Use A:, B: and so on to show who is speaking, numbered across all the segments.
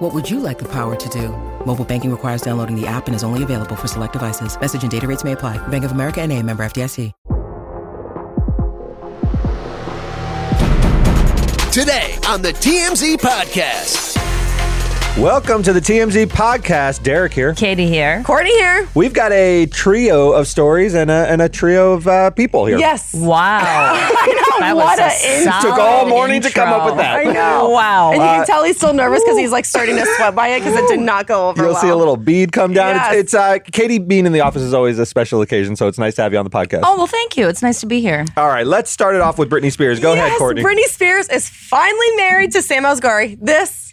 A: What would you like the power to do? Mobile banking requires downloading the app and is only available for select devices. Message and data rates may apply. Bank of America and a member FDIC.
B: Today on the TMZ Podcast.
C: Welcome to the TMZ podcast. Derek here.
D: Katie here.
E: Courtney here.
C: We've got a trio of stories and a, and a trio of uh, people here.
E: Yes.
D: Wow.
E: I know.
D: That
E: What
D: was
E: a
D: a
E: intro.
C: Took all morning to
D: intro.
C: come up with that.
E: I know.
D: Wow.
E: And you
C: Uh,
E: can tell he's still nervous because he's like starting to sweat by it because it did not go over
C: You'll
E: well.
C: see a little bead come down.
E: Yes.
C: It's, it's uh, Katie being in the office is always a special occasion, so it's nice to have you on the podcast.
D: Oh, well, thank you. It's nice to be here.
C: All right, let's start it off with Britney Spears. Go
E: yes,
C: ahead, Courtney.
E: Britney Spears is finally married to Sam Asghari. This,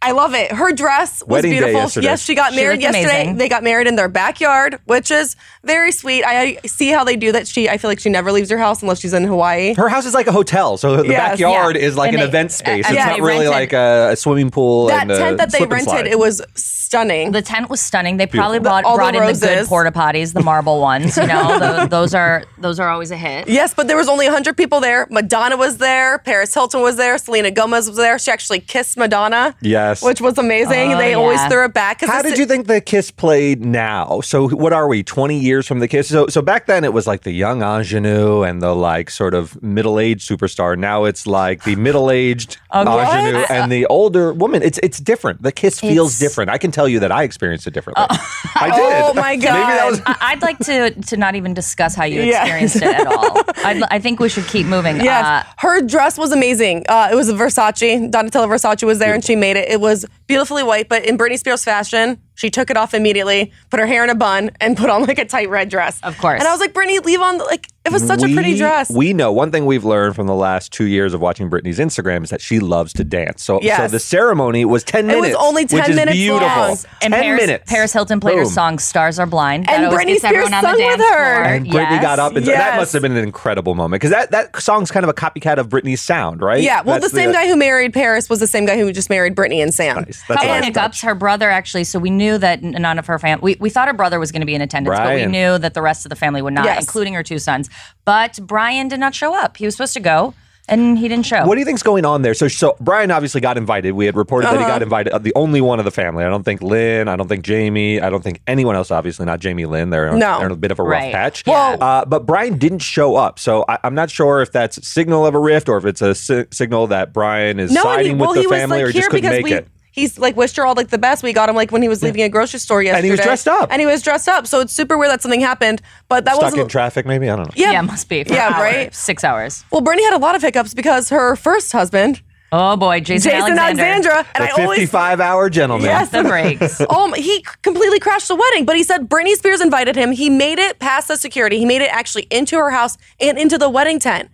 E: I love it. Her dress was
C: Wedding day
E: beautiful.
C: yesterday.
E: Yes, she got
D: She
E: married
D: looked
E: yesterday.
D: amazing.
E: They got married in their backyard, which is very sweet. I I see how they do that. She, I feel like she never leaves her house unless she's in Hawaii.
C: Her house is like a hotel, so the
E: Yes,
C: backyard
D: yeah.
C: is like
D: And
C: an
D: they-
C: event space.
D: and
C: it's
E: they
C: not really
D: rented-
C: like a, a swimming pool.
E: that
C: and a
E: tent that they
C: slip and
E: rented,
C: slide.
E: it was stunning.
D: The tent was stunning. They probably brought,
E: all the
D: brought in the good
E: roses.
D: porta potties, the marble ones. You know, Tho- those are those are always a hit.
E: Yes, but there was only 100 people there. Madonna was there. Paris Hilton was there. Selena Gomez was there. She actually kissed Madonna.
C: Yes.
E: Which was amazing.
D: Oh,
E: they always
D: yeah.
E: threw it back. 'cause
C: How
E: the
C: did
E: ci-
C: you think the Kiss played now? So what are we? Twenty years from the Kiss? So so back then it was like the young ingenue and the like sort of middle aged superstar. Now it's like the middle aged ingenue and the older woman. It's it's different. The Kiss feels
D: It's-
C: different. I can tell you that I experienced it differently. I did.
E: Oh, my
C: Maybe that
E: God.
C: was.
D: I- I'd like to to not even discuss how you
E: Yeah.
D: experienced it at all. I'd, I think we should keep moving.
E: Yes.
D: Uh,
E: Her dress was amazing. Uh, it was a Versace. Donatella Versace was there and she made it. It was beautifully white, but in Britney Spears fashion, she took it off immediately, put her hair in a bun, and put on like a tight red dress.
D: Of course.
E: And I was like, Britney, leave on, like, it was such a pretty
C: we-
E: dress.
C: We know one thing we've learned from the last two years of watching Britney's Instagram is that she loves to dance. So, so
E: Yes.
C: the ceremony was ten
E: It was
C: minutes.
E: only 10
C: which is
E: minutes
C: beautiful.
E: long.
D: and
C: ten
D: Paris,
C: minutes.
D: Paris Hilton played her
C: Boom.
D: song "Stars Are Blind,"
E: And
D: that always
E: Britney
D: gets everyone
E: Spears
D: on the
E: sung with
D: dance
E: her.
D: floor.
C: And Britney
D: Yes.
C: got up and
E: Yes.
C: that must have been an incredible moment because that, that song's kind of a copycat of Britney's sound, right?
E: yeah. Well,
C: That's
E: the same guy who married Paris was the same guy who just married Britney and Sam.
C: That's
D: couple
C: nice
D: hiccups. Her brother actually, so we knew that n- none of her family. We, we thought her brother was going to be in attendance, but
C: Brian.
D: we knew that the rest of the family would not,
E: Yes.
D: including her two sons. But Brian did not show up. He was supposed to go, and he didn't show.
C: What do you think's going on there? So, so Brian obviously got invited. We had reported that he
E: Uh-huh.
C: got invited. uh, The only one of the family. I don't think Lynn. I don't think Jamie. I don't think anyone else. Obviously, not Jamie Lynn. They're,
E: No.
C: they're in a bit of a rough
D: Right.
C: patch.
E: Well-
C: uh, but Brian didn't show up. So I, I'm not sure if that's a signal of a rift or if it's a si- signal that Brian is
E: and
C: siding with the family or just couldn't make
E: we,
C: it.
E: He's like wished her all like the best. We got him like when he was leaving a grocery store yesterday,
C: And he was dressed up.
E: And he was dressed up, so it's super weird that something happened. But that
C: Stuck
E: was
C: in traffic, maybe. I don't know.
E: yeah,
D: yeah, must be. For
E: Yeah,
D: an hour,
E: right?
D: Six hours.
E: Well, Bernie had a lot of hiccups because her first husband,
D: Oh boy, Jason,
E: Jason
D: Alexander.
E: Alexandra, and I
C: the
E: always
C: 55 hour gentleman.
E: Yes.
D: The breaks.
E: Oh, my- he completely crashed the wedding, but he said Britney Spears invited him. He made it past the security. He made it actually into her house and into the wedding tent.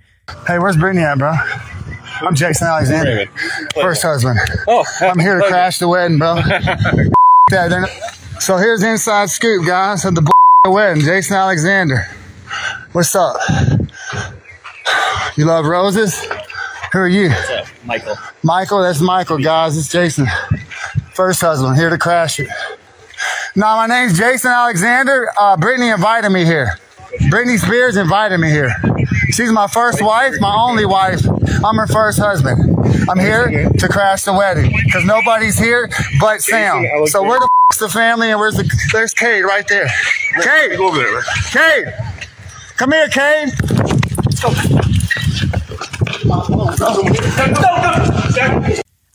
F: Hey, where's Brittany at, bro? I'm Jackson Alexander, first husband. Oh, I'm here to crash the wedding, bro. That, they're not- so here's the inside scoop, guys, at the wedding. Jason Alexander, what's up? You love roses? Who are you?
G: Michael.
F: Michael, that's Michael, guys. It's Jason, first husband, here to crash it. Now, my name's Jason Alexander. Uh, Brittany invited me here. Britney Spears invited me here. She's my first wife, my only wife. I'm her first husband. I'm here to crash the wedding because nobody's here but Sam. So where the f- is the family and where's the? There's Cade right there. Cade, go over there. Cade, come here, Cade.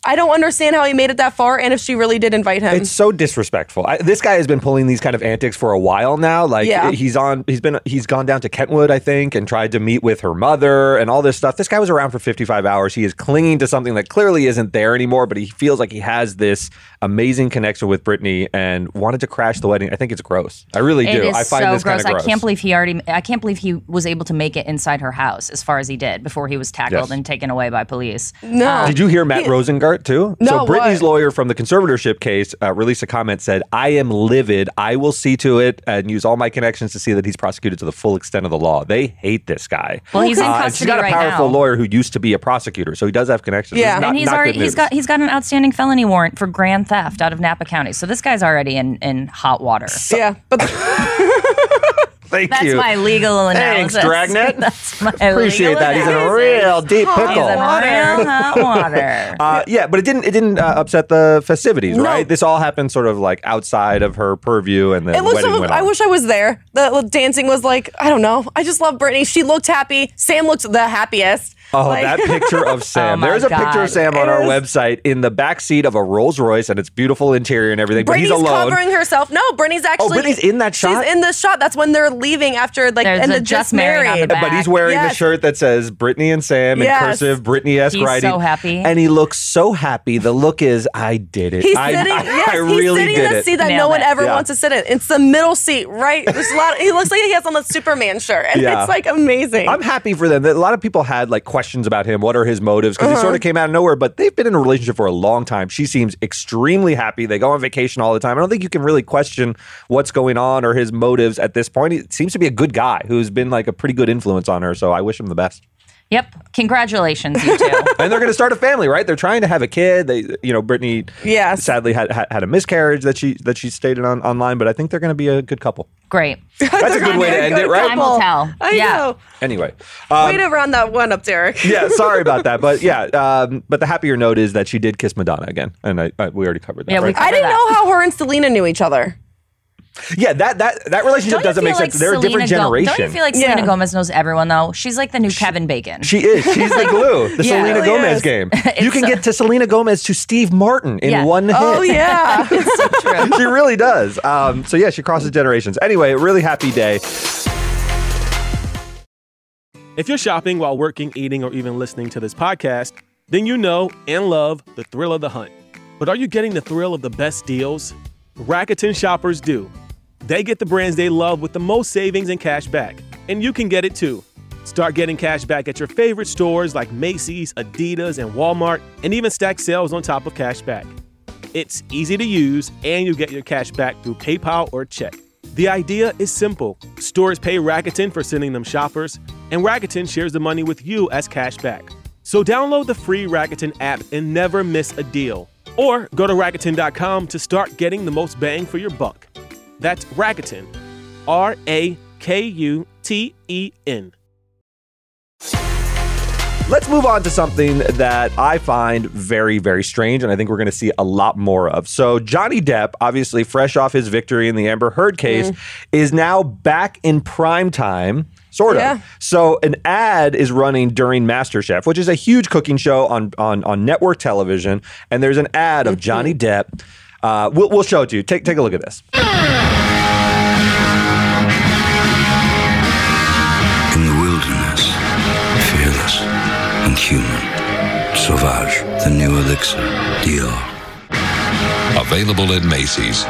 E: I don't understand how he made it that far and if she really did invite him.
C: It's so disrespectful. I, this guy has been pulling these kind of antics for a while now. Like
E: Yeah.
C: he's on, he's been, he's gone down to Kentwood, I think, and tried to meet with her mother and all this stuff. This guy was around for 55 hours. He is clinging to something that clearly isn't there anymore, but he feels like he has this amazing connection with Brittany and wanted to crash the wedding. I think it's gross. I really
D: It
C: do.
D: is
C: I find
D: so
C: this kind
D: gross.
C: of gross.
D: I can't believe he already. I can't believe he was able to make it inside her house as far as he did before he was tackled
C: Yes.
D: and taken away by police.
E: no.
C: Did you hear Matt Rosengart? part too?
E: Um, No,
C: so Britney's
E: what?
C: lawyer from the conservatorship case uh, released a comment said, "I am livid. I will see to it and use all my connections to see that he's prosecuted to the full extent of the law." They hate this guy. Uh,
D: Well, he's in
C: and
D: custody
C: she's got a
D: right
C: powerful
D: now.
C: lawyer who used to be a prosecutor, so he does have connections. This is
E: Yeah.
C: not-
D: and he's
C: Uh, not good
D: already he's
C: news.
D: got he's got an outstanding felony warrant for grand theft out of Napa County. So this guy's already in in hot water.
E: yeah, but the-
C: Thank
D: That's
C: you.
D: my legal analysis.
C: Thanks, Dragnet.
D: That's my
C: Appreciate
D: legal
C: that. He's in a
D: analysis. Oh,
C: real deep pickle.
D: He's in real hot water.
C: Uh, yeah, but it didn't. It didn't uh, upset the festivities,
E: No.
C: right? This all happened sort of like outside of her purview, and the
E: it was.
C: wedding
E: So,
C: went
E: I
C: on.
E: wish I was there. The dancing was like I don't know. I just love Britney. She looked happy. Sam looked the happiest.
C: Oh,
E: Like-
C: that picture of Sam.
D: my
C: There's a picture of
D: God.
C: Sam on
E: It
C: our
E: was-
C: website in the back seat of a Rolls Royce, and it's beautiful interior and everything. but he's
E: Brittany's
C: alone.
E: covering herself. No, Brittany's actually.
C: Brittany's in that shot?
E: She's in the shot. That's when they're leaving after like
D: There's
E: and
D: a
E: the
D: just
E: just
D: married on the
E: married.
D: back.
C: but he's wearing the
E: Yes.
C: shirt that says Brittany and Sam in
E: Yes.
C: cursive, Brittany esque
D: He's so
C: writing.
D: happy.
C: And he looks so happy. The look is, I did it.
E: He's
C: I,
E: sitting.
C: I,
E: yes,
C: I really
E: he's sitting
C: did
E: in the
C: it.
E: seat that
D: Nailed
E: no one
D: it.
E: ever
C: Yeah.
E: wants to sit in. It's the middle seat, right? There's a lot. he looks like he has on the Superman shirt, and
C: Yeah.
E: it's like amazing.
C: I'm happy for them. A lot of people had like questions about him. What are his motives? Because he sort of came out of nowhere, but they've been in a relationship for a long time. She seems extremely happy. They go on vacation all the time. I don't think you can really question what's going on or his motives at this point. He seems to be a good guy who's been like a pretty good influence on her. So I wish him the best.
D: Yep. Congratulations, you two.
C: And they're going to start a family, right? They're trying to have a kid. They, you know, Brittany
E: Yes.
C: sadly had, had had a miscarriage that she that she stated on online, but I think they're going to be a good couple.
D: Great.
C: That's a good way to end it, right?
D: Time will tell.
E: I
D: Yeah.
E: know.
C: Anyway, um,
E: Way to round that one up, Derek.
C: yeah, sorry about that, but yeah, um, but the happier note is that she did kiss Madonna again, and I, I, we already covered that.
D: Yeah, we
C: right?
D: covered-
E: I didn't know how her and Selena knew each other.
C: yeah, that that that
D: Don't
C: relationship
D: you
C: doesn't make
D: feel like
C: sense. They're a different
D: Selena Go-
C: generation.
D: Don't you feel like
E: Yeah.
D: Selena Gomez knows everyone though? She's like the new Kevin Bacon.
C: she is. She's the glue. The
D: Yeah. Oh,
C: Selena
D: Really
C: Gomez
E: is.
C: game. You can get to Selena Gomez to Steve Martin in
D: Yeah.
C: one hit.
E: Oh yeah.
C: she really does. Um, so yeah, she crosses generations. Anyway, really happy day.
G: If you're shopping while working, eating, or even listening to this podcast, then you know and love the thrill of the hunt. But are you getting the thrill of the best deals? Rakuten shoppers do. They get the brands they love with the most savings and cash back, and you can get it too. Start getting cash back at your favorite stores like Macy's, Adidas, and Walmart, and even stack sales on top of cash back. It's easy to use, and you get your cash back through PayPal or check. The idea is simple stores pay Rakuten for sending them shoppers, and Rakuten shares the money with you as cash back. So download the free Rakuten app and never miss a deal. Or go to Rakuten.com to start getting the most bang for your buck. That's Rakuten, R A K U T E N.
C: Let's move on to something that I find very, very strange, and I think we're going to see a lot more of. So, Johnny Depp, obviously fresh off his victory in the Amber Heard case, is now back in prime time. Sort of.
E: Yeah.
C: So an ad is running during MasterChef, which is a huge cooking show on on, on network television, and there's an ad of Johnny Depp. Uh, we'll, we'll show it to you. Take take a look at this.
H: In the wilderness, fearless and human, Sauvage, the new elixir, Dior.
I: Available at Macy's.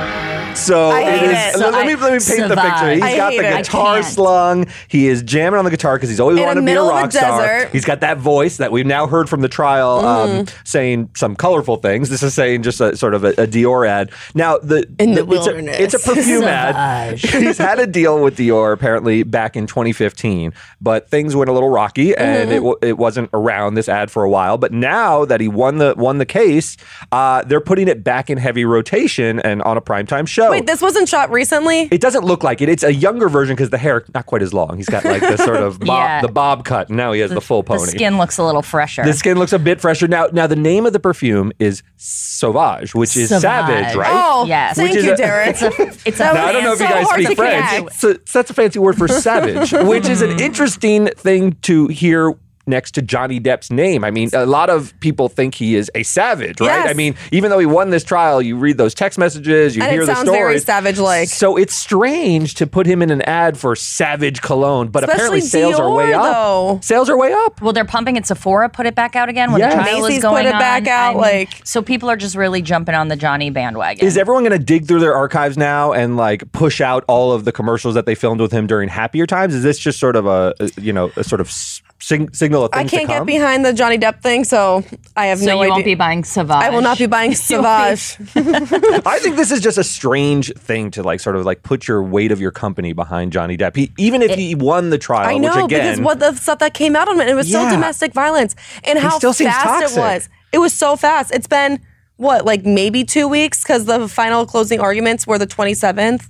C: So
E: I
C: it
E: hate
C: is.
E: it.
C: Let,
D: So
C: let me
D: I-
C: let me paint the picture.
D: Savage.
C: He's
E: I
C: got the
E: hate it. I
C: guitar
D: can't.
C: slung. He is jamming on the guitar because he's always
E: In the
C: wanted to be a
E: middle of a
C: rock star.
E: desert. Mm.
C: He's got that voice that we've now heard from the trial, um, saying some colorful things. This is saying just a sort of a, a Dior ad. Now the
E: In
C: the- it's
E: the
C: a-
E: wilderness.
C: It's a, perfume ad. He's had a deal with Dior apparently back in 2015, but things went a little rocky and it w- it wasn't around this ad for a while. But now that he won the won the case, uh, they're putting it back in heavy rotation and on a primetime show.
E: Wait, this wasn't shot recently.
C: It doesn't look like it. It's a younger version because the hair not quite as long. He's got like the sort of bob,
D: Yeah.
C: the bob cut. And now he has the, full
D: the
C: pony.
D: skin looks a little fresher.
C: The skin looks a bit fresher now. Now the name of the perfume is Sauvage, which is savage,
D: Sauvage.
C: right?
E: Oh,
D: Yes.
E: thank
C: Which is
E: you,
C: a-
E: Derek.
D: it's a it's a
C: Now, I don't know if you
E: so
D: fancy-
C: guys
E: hard
C: speak
E: to
C: French.
E: connect.
C: So, so that's a fancy word for savage, which is an interesting thing to hear next to Johnny Depp's name. I mean, a lot of people think he is a savage, right?
E: Yes.
C: I mean, even though he won this trial, you read those text messages, you
E: And it
C: hear the
E: sounds very
C: stories.
E: savage-like.
C: So it's strange to put him in an ad for Savage Cologne, but apparently
E: Especially
C: sales are way
E: Dior,
C: up.
E: though.
C: Sales are way up.
D: well, they're pumping it. Sephora put it back out again when
C: Yes.
D: the trial
E: Macy's
D: is going
E: put it
D: on.
E: back out, like-
D: so people are just really jumping on the Johnny bandwagon.
C: Is everyone going to dig through their archives now and like push out all of the commercials that they filmed with him during happier times? Is this just sort of a you know a sort of s- sig- signal a thing
E: I
C: to
E: can't get
C: come?
E: behind the Johnny Depp thing, so I have
D: So
E: no
D: you
E: idea.
D: won't be buying Savage.
E: I will not be buying Savage.
C: I think this is just a strange thing to like sort of like put your weight of your company behind Johnny Depp. He, even if he won the trial,
E: I know
C: which again,
E: because what the stuff that came out on it, it was
C: Yeah.
E: still domestic violence and how
C: still seems
E: fast
C: toxic.
E: it was. It was so fast. It's been what like maybe two weeks because the final closing arguments were the twenty seventh.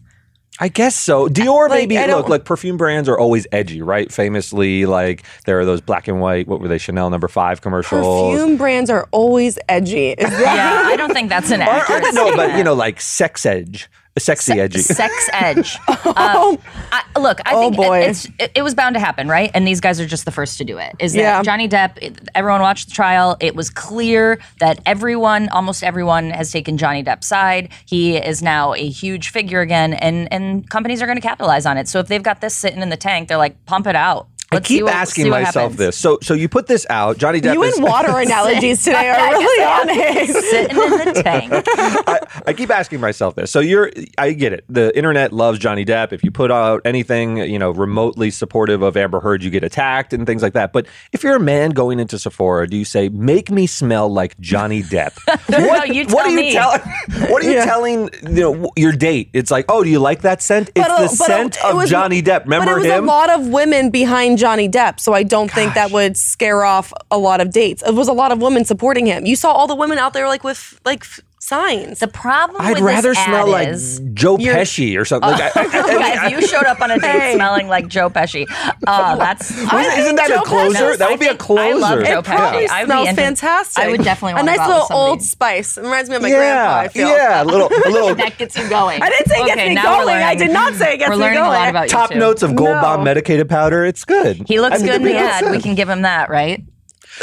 C: I guess so. Dior
E: Like,
C: maybe
E: I
C: look
E: don't-
C: like perfume brands are always edgy, right? Famously, like there are those black and white. What were they? Chanel number five commercials.
E: Perfume brands are always edgy. Is that-
D: yeah, I don't think that's an
C: Or- or-
D: accurate
C: no,
D: statement.
C: but you know, like sex edge, sexy edgy.
D: Sex edge. Uh, I, look, I
E: Oh,
D: think it-
E: boy.
D: it's, it, it was bound to happen, right? And these guys are just the first to do it. Is that
E: Yeah.
D: Johnny Depp? it- Everyone watched the trial. It was clear that everyone, almost everyone, has taken Johnny Depp's side. He is now a huge figure again, and and companies are going to capitalize on it. So if they've got this sitting in the tank, they're like, pump it out.
C: I
D: Let's see
C: keep
D: what-
C: asking
D: see what
C: myself
D: happens.
C: this. So, so you put this out, Johnny Depp.
E: you
C: is,
E: and water analogies today are really on it.
D: Sitting in the tank.
C: I, I keep asking myself this. So you're, I get it. The internet loves Johnny Depp. If you put out anything, you know, remotely supportive of Amber Heard, you get attacked and things like that. But if you're a man going into Sephora, do you say, "Make me smell like Johnny Depp"?
D: No, you
C: what
D: tell
C: are you
D: me.
C: telling? What are you
E: Yeah.
C: telling you know, your date? It's like, oh, do you like that scent? It's
E: But
C: the
E: a- but a-
C: scent
E: it
C: of
E: was-
C: Johnny Depp. Remember
E: but it was
C: him?
E: a lot of women behind Johnny Depp, so I don't think that would scare off a lot of dates. It was a lot of women supporting him. You saw all the women out there like with like f- signs.
D: The problem
C: I'd
D: with
C: rather
D: this ad
C: smell like
D: is,
C: Joe
E: You're-
C: Pesci or something. Like, I- I- I-
D: Yeah, if you showed up on a date smelling like Joe Pesci, uh, that's
C: Isn't
E: think
C: that
E: Joe
C: a closer?
E: Pesci-
C: that would be
D: I
C: a
D: think I
C: closer.
D: love Joe
E: it probably
D: Pesci. I would be
E: smells
D: into-
E: fantastic.
D: I would definitely
E: a
D: wanna
E: nice
D: go out
E: little
D: with somebody.
E: Old Spice. It reminds me of my grandpa.
C: yeah,
E: I feel.
C: yeah, a little, a little
D: that gets you going.
E: I didn't say it gets me
D: now we're
E: going. I
D: learning-
E: did not say it gets
D: we're
E: me
D: learning a lot
E: going.
D: about you
C: top
D: two.
C: notes of Gold
E: No.
C: Bomb medicated powder. It's good.
D: He looks
C: I mean,
D: good in
C: it
D: the
C: makes
D: ad. We
C: sense.
D: can give him that, right?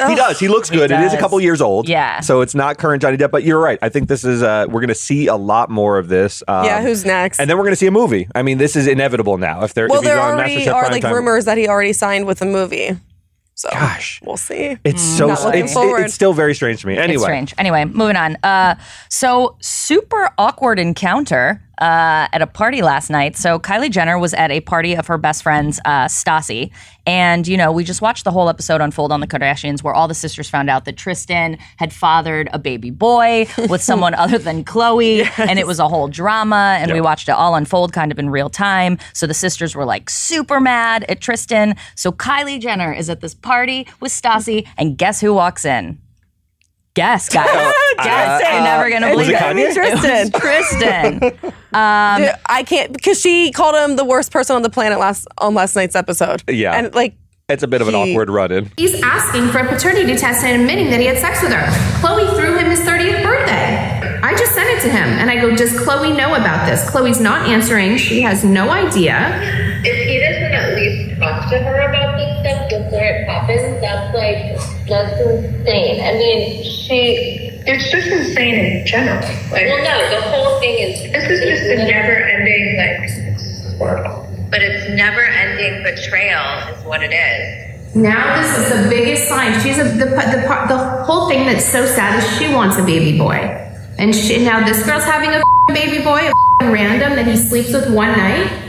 C: He does. He looks
D: He
C: good. It is a
D: does.
C: couple years old.
D: Yeah.
C: So it's not current Johnny Depp. But you're right. I think this is. Uh, we're going to see a lot more of this. Um,
E: Yeah, who's next?
C: And then we're going to see a movie. I mean, this is inevitable now. If they're
E: well,
C: if he's
E: there
C: on
E: already
C: MasterChef
E: are
C: Prime
E: like
C: Time-
E: rumors that he already signed with a movie. So
C: Gosh.
E: we'll see.
C: It's so.
E: Not looking
C: It's, it-
E: forward.
C: it's still very strange to me. Anyway.
D: It's strange. Anyway, moving on. Uh, so, super awkward encounter uh, at a party last night. So, Kylie Jenner was at a party of her best friends, uh, Stassi. And, you know, we just watched the whole episode unfold on the Kardashians where all the sisters found out that Tristan had fathered a baby boy with someone other than Chloe. And it was a whole drama. And we watched it all unfold kind of in real time. So, the sisters were like super mad at Tristan. So, Kylie Jenner is at this party with Stassi. And guess who walks in? Guess, guys. Guess.
E: uh,
D: You're never gonna
E: it's
D: believe
C: gonna be
D: it.
E: Tristan.
D: It was Tristan.
E: Dude, I can't because she called him the worst person on the planet last on last night's episode.
C: Yeah.
E: and like
C: It's a bit of an
E: He-
C: awkward run in.
J: He's asking for a paternity test and admitting that he had sex with her. Chloe threw him his 30th birthday. I just sent it to him and I go, Does Chloe know about this? Chloe's not answering. She has no idea.
K: If he doesn't at least talk to her about this stuff before it happens, that's like that's insane. I mean, she.
L: It's just insane in general. Like
K: Well, no, the whole thing is.
L: this is just a never-ending like swirl.
K: But it's never-ending betrayal, is what it is.
J: Now, this is the biggest sign. She's a, the, the, part- the whole thing that's so sad is she wants a baby boy. And she, now this girl's having a f***ing baby boy, a f***ing random that he sleeps with one night. F-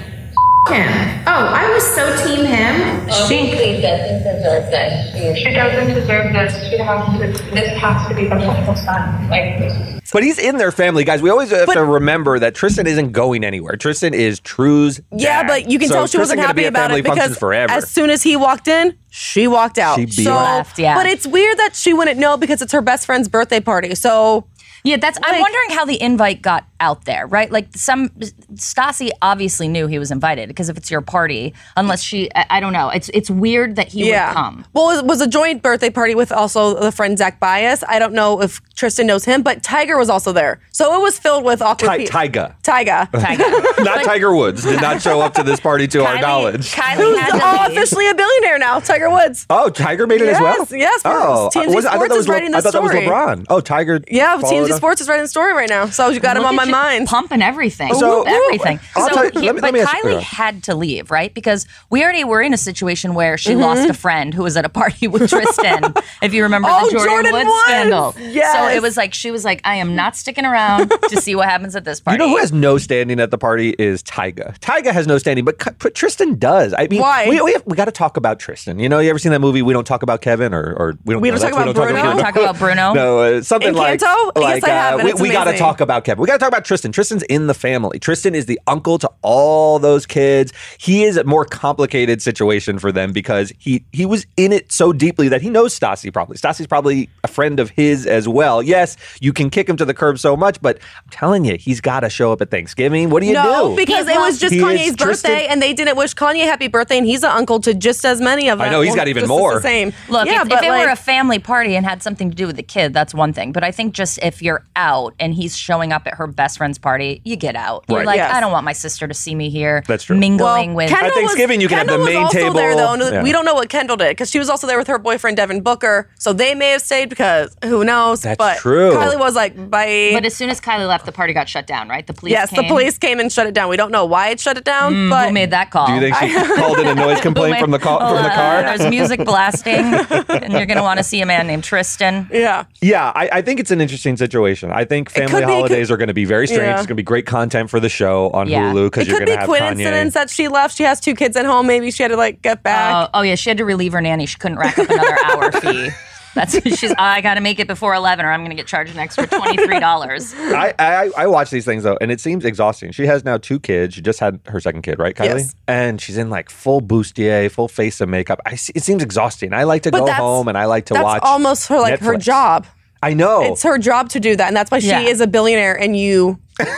J: him. Oh, I was so team him. She,
K: Obviously, doesn't deserve that. She
L: She doesn't deserve this. She has to. This has to be the final sign. Like.
C: But he's in their family, guys. We always have to remember that Tristan isn't going anywhere. Tristan is True's.
E: yeah,
C: dad.
E: but you can
C: So
E: tell she
C: Tristan
E: wasn't
C: gonna
E: happy
C: be at
E: about
C: family
E: it because
C: functions forever.
E: as soon as he walked in, she walked out.
C: She beat
E: so,
C: him.
D: Left, yeah.
E: but it's weird that she wouldn't know because it's her best friend's birthday party. So
D: Yeah, that's. I'm
E: Like-
D: wondering how the invite got out there, right? Like some Stassi obviously knew he was invited because if it's your party, unless she, I, I don't know. It's it's weird that he
E: yeah,
D: would come.
E: well, it was a joint birthday party with also the friend Zach Bias. I don't know if Tristan knows him, but Tiger was also there, so it was filled with awkward.
C: Ti-
E: pe-
C: Tyga.
E: Tyga.
C: not Tiger Woods did not show up to this party to our
D: Kylie-
C: knowledge.
D: Kylie had to
E: Oh,
D: leave.
E: officially a billionaire now, Tiger Woods.
C: Oh, Tiger made it as well.
E: Yes, yes,
C: Oh,
E: TMZ
C: was- I thought
E: Sports
C: that
E: is
C: was Le-
E: writing the
C: I thought that
E: story.
C: was LeBron. Oh, Tiger.
E: Yeah,
C: followed
E: TMZ Sports is writing a story right now, so you got him
D: Look
E: on my
D: at you
E: mind.
D: Pumping everything.
E: So-
D: Whoop, everything.
E: I'll
D: So,
E: tell you-
D: he-
E: let me-
D: but
E: let me ask you,
D: Kylie
E: Kara.
D: had to leave, right? Because we already were in a situation where she
E: Mhm.
D: lost a friend who was at a party with Tristan. if you remember
E: Oh,
D: the Jordan,
E: Jordan
D: Woods
E: Woods!
D: scandal. So
E: Yes.
D: it was like she was like, I am not sticking around to see what happens at this party.
C: You know who has no standing at the party is Tyga. Tyga has no standing, but, K- but Tristan does. I mean,
D: Why?
C: we we, have- we got to talk about Tristan. You know, you ever seen that movie? We don't talk about Kevin, or or we don't.
D: We
C: no,
D: don't talk
C: that's-
D: about Bruno? We don't talk about Bruno?
C: no, uh, something like
D: Encanto? I
C: like uh,
D: guess I have, and
C: we,
D: it's
C: we got to
D: amazing.
C: talk about Kevin. We got to talk about Tristan. Tristan's in the family. Tristan is the uncle to all those kids. He is a more complicated situation for them because he he was in it so deeply that he knows Stassi probably. Stassi's probably a friend of his as well. Yes, you can kick him to the curb so much, but I'm telling you, he's got to show up at Thanksgiving. What do you
E: no,
C: do?
E: because it was just
C: He is
E: Kanye's
C: Tristan-
E: birthday, and they didn't wish Kanye happy birthday, and he's an uncle to just as many of
C: I
E: them.
C: know, he's
E: Well,
C: got even
E: just as
C: more.
E: The same.
D: Look,
E: yeah,
D: if,
E: but
D: if it
E: like,
D: were a family party and had something to do with the kid, that's one thing. But I think just if you're out and he's showing up at her best friend's party, you get out. You're
C: Right.
D: like,
C: Yes.
D: I don't want my sister to see me here.
C: That's true.
D: Mingling
E: Well,
D: with
E: Kendall
C: At Thanksgiving,
E: was,
C: you can have the
E: Kendall
C: main
E: was also
C: table.
E: There, though, and
C: Yeah.
E: We don't know what Kendall did because she was also there with her boyfriend Devin Booker, so they may have stayed because who knows?
C: That's
E: but
C: true.
E: Kylie was like, "Bye."
D: But as soon as Kylie left, the party got shut down, right? The police.
E: yes, the
D: came.
E: police came and shut it down. We don't know why it shut it down,
D: Mm,
E: but
D: who made that call?
C: Do you think she called in a noise complaint
D: Wait,
C: from the call,
D: hold
C: from the
D: on.
C: car?
D: There's music blasting, and you're gonna want to see a man named Tristan.
E: Yeah.
C: Yeah, I, I think it's an interesting situation. I think family
E: could be- it
C: holidays are going to be very strange.
E: Yeah.
C: It's going to be great content for the show on
D: Yeah.
C: Hulu because
E: It
C: you're
E: could
C: going to
E: be
C: have
E: coincidence
C: Kanye.
E: that she left. She has two kids at home. Maybe she had to like get back.
D: Oh, oh yeah, she had to relieve her nanny. She couldn't rack up another hour fee. That's she's. I got to make it before eleven, or I'm gonna get charged an extra twenty three dollars.
C: I, I I watch these things though, and it seems exhausting. She has now two kids. She just had her second kid, right, Kylie?
E: Yes.
C: And she's in like full bustier, full face of makeup. I see, it seems exhausting. I like to
E: But
C: go
E: that's-
C: home and I like to
E: that's
C: watch.
E: almost her like her
C: Netflix.
E: job.
C: I know.
E: It's her job to do that, and that's why
C: Yeah.
E: she is a billionaire. And you,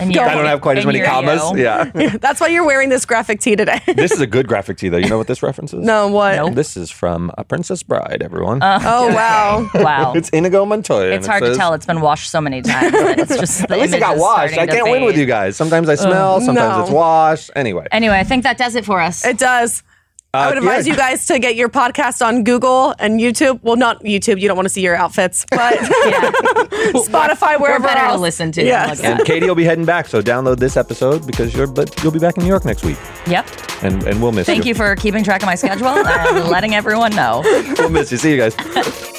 D: And
C: I don't have quite as many commas. Yeah.
E: that's why you're wearing this graphic tee today.
C: this is a good graphic tee, though. You know what this reference is?
E: No, what? Nope.
C: This is from A Princess Bride, everyone.
E: Oh, okay. wow.
D: Wow.
C: it's Inigo Montoya. and
D: It's
C: it
D: hard to
C: says-
D: tell. It's been washed so many times. that It's just the
C: At least it
D: image
C: got
D: is
C: washed. I
D: starting to
C: can't win with
D: fade.
C: you guys. Sometimes I smell,
D: Ugh.
C: sometimes
D: No.
C: it's washed. Anyway.
D: Anyway, I think that does it for us.
E: It does. I
C: Uh,
E: would advise
C: yeah.
E: you guys to get your podcast on Google and YouTube. Well, not YouTube. You don't want to see your outfits, but Spotify, wherever
D: better to
E: else.
D: listen to.
E: Yes.
D: Look at-
C: And Katie will be heading back, so download this episode because you're but you'll be back in New York next week.
D: Yep.
C: And and we'll miss
D: Thank you for keeping track of my schedule and letting everyone know.
C: you. We'll miss you. See you guys.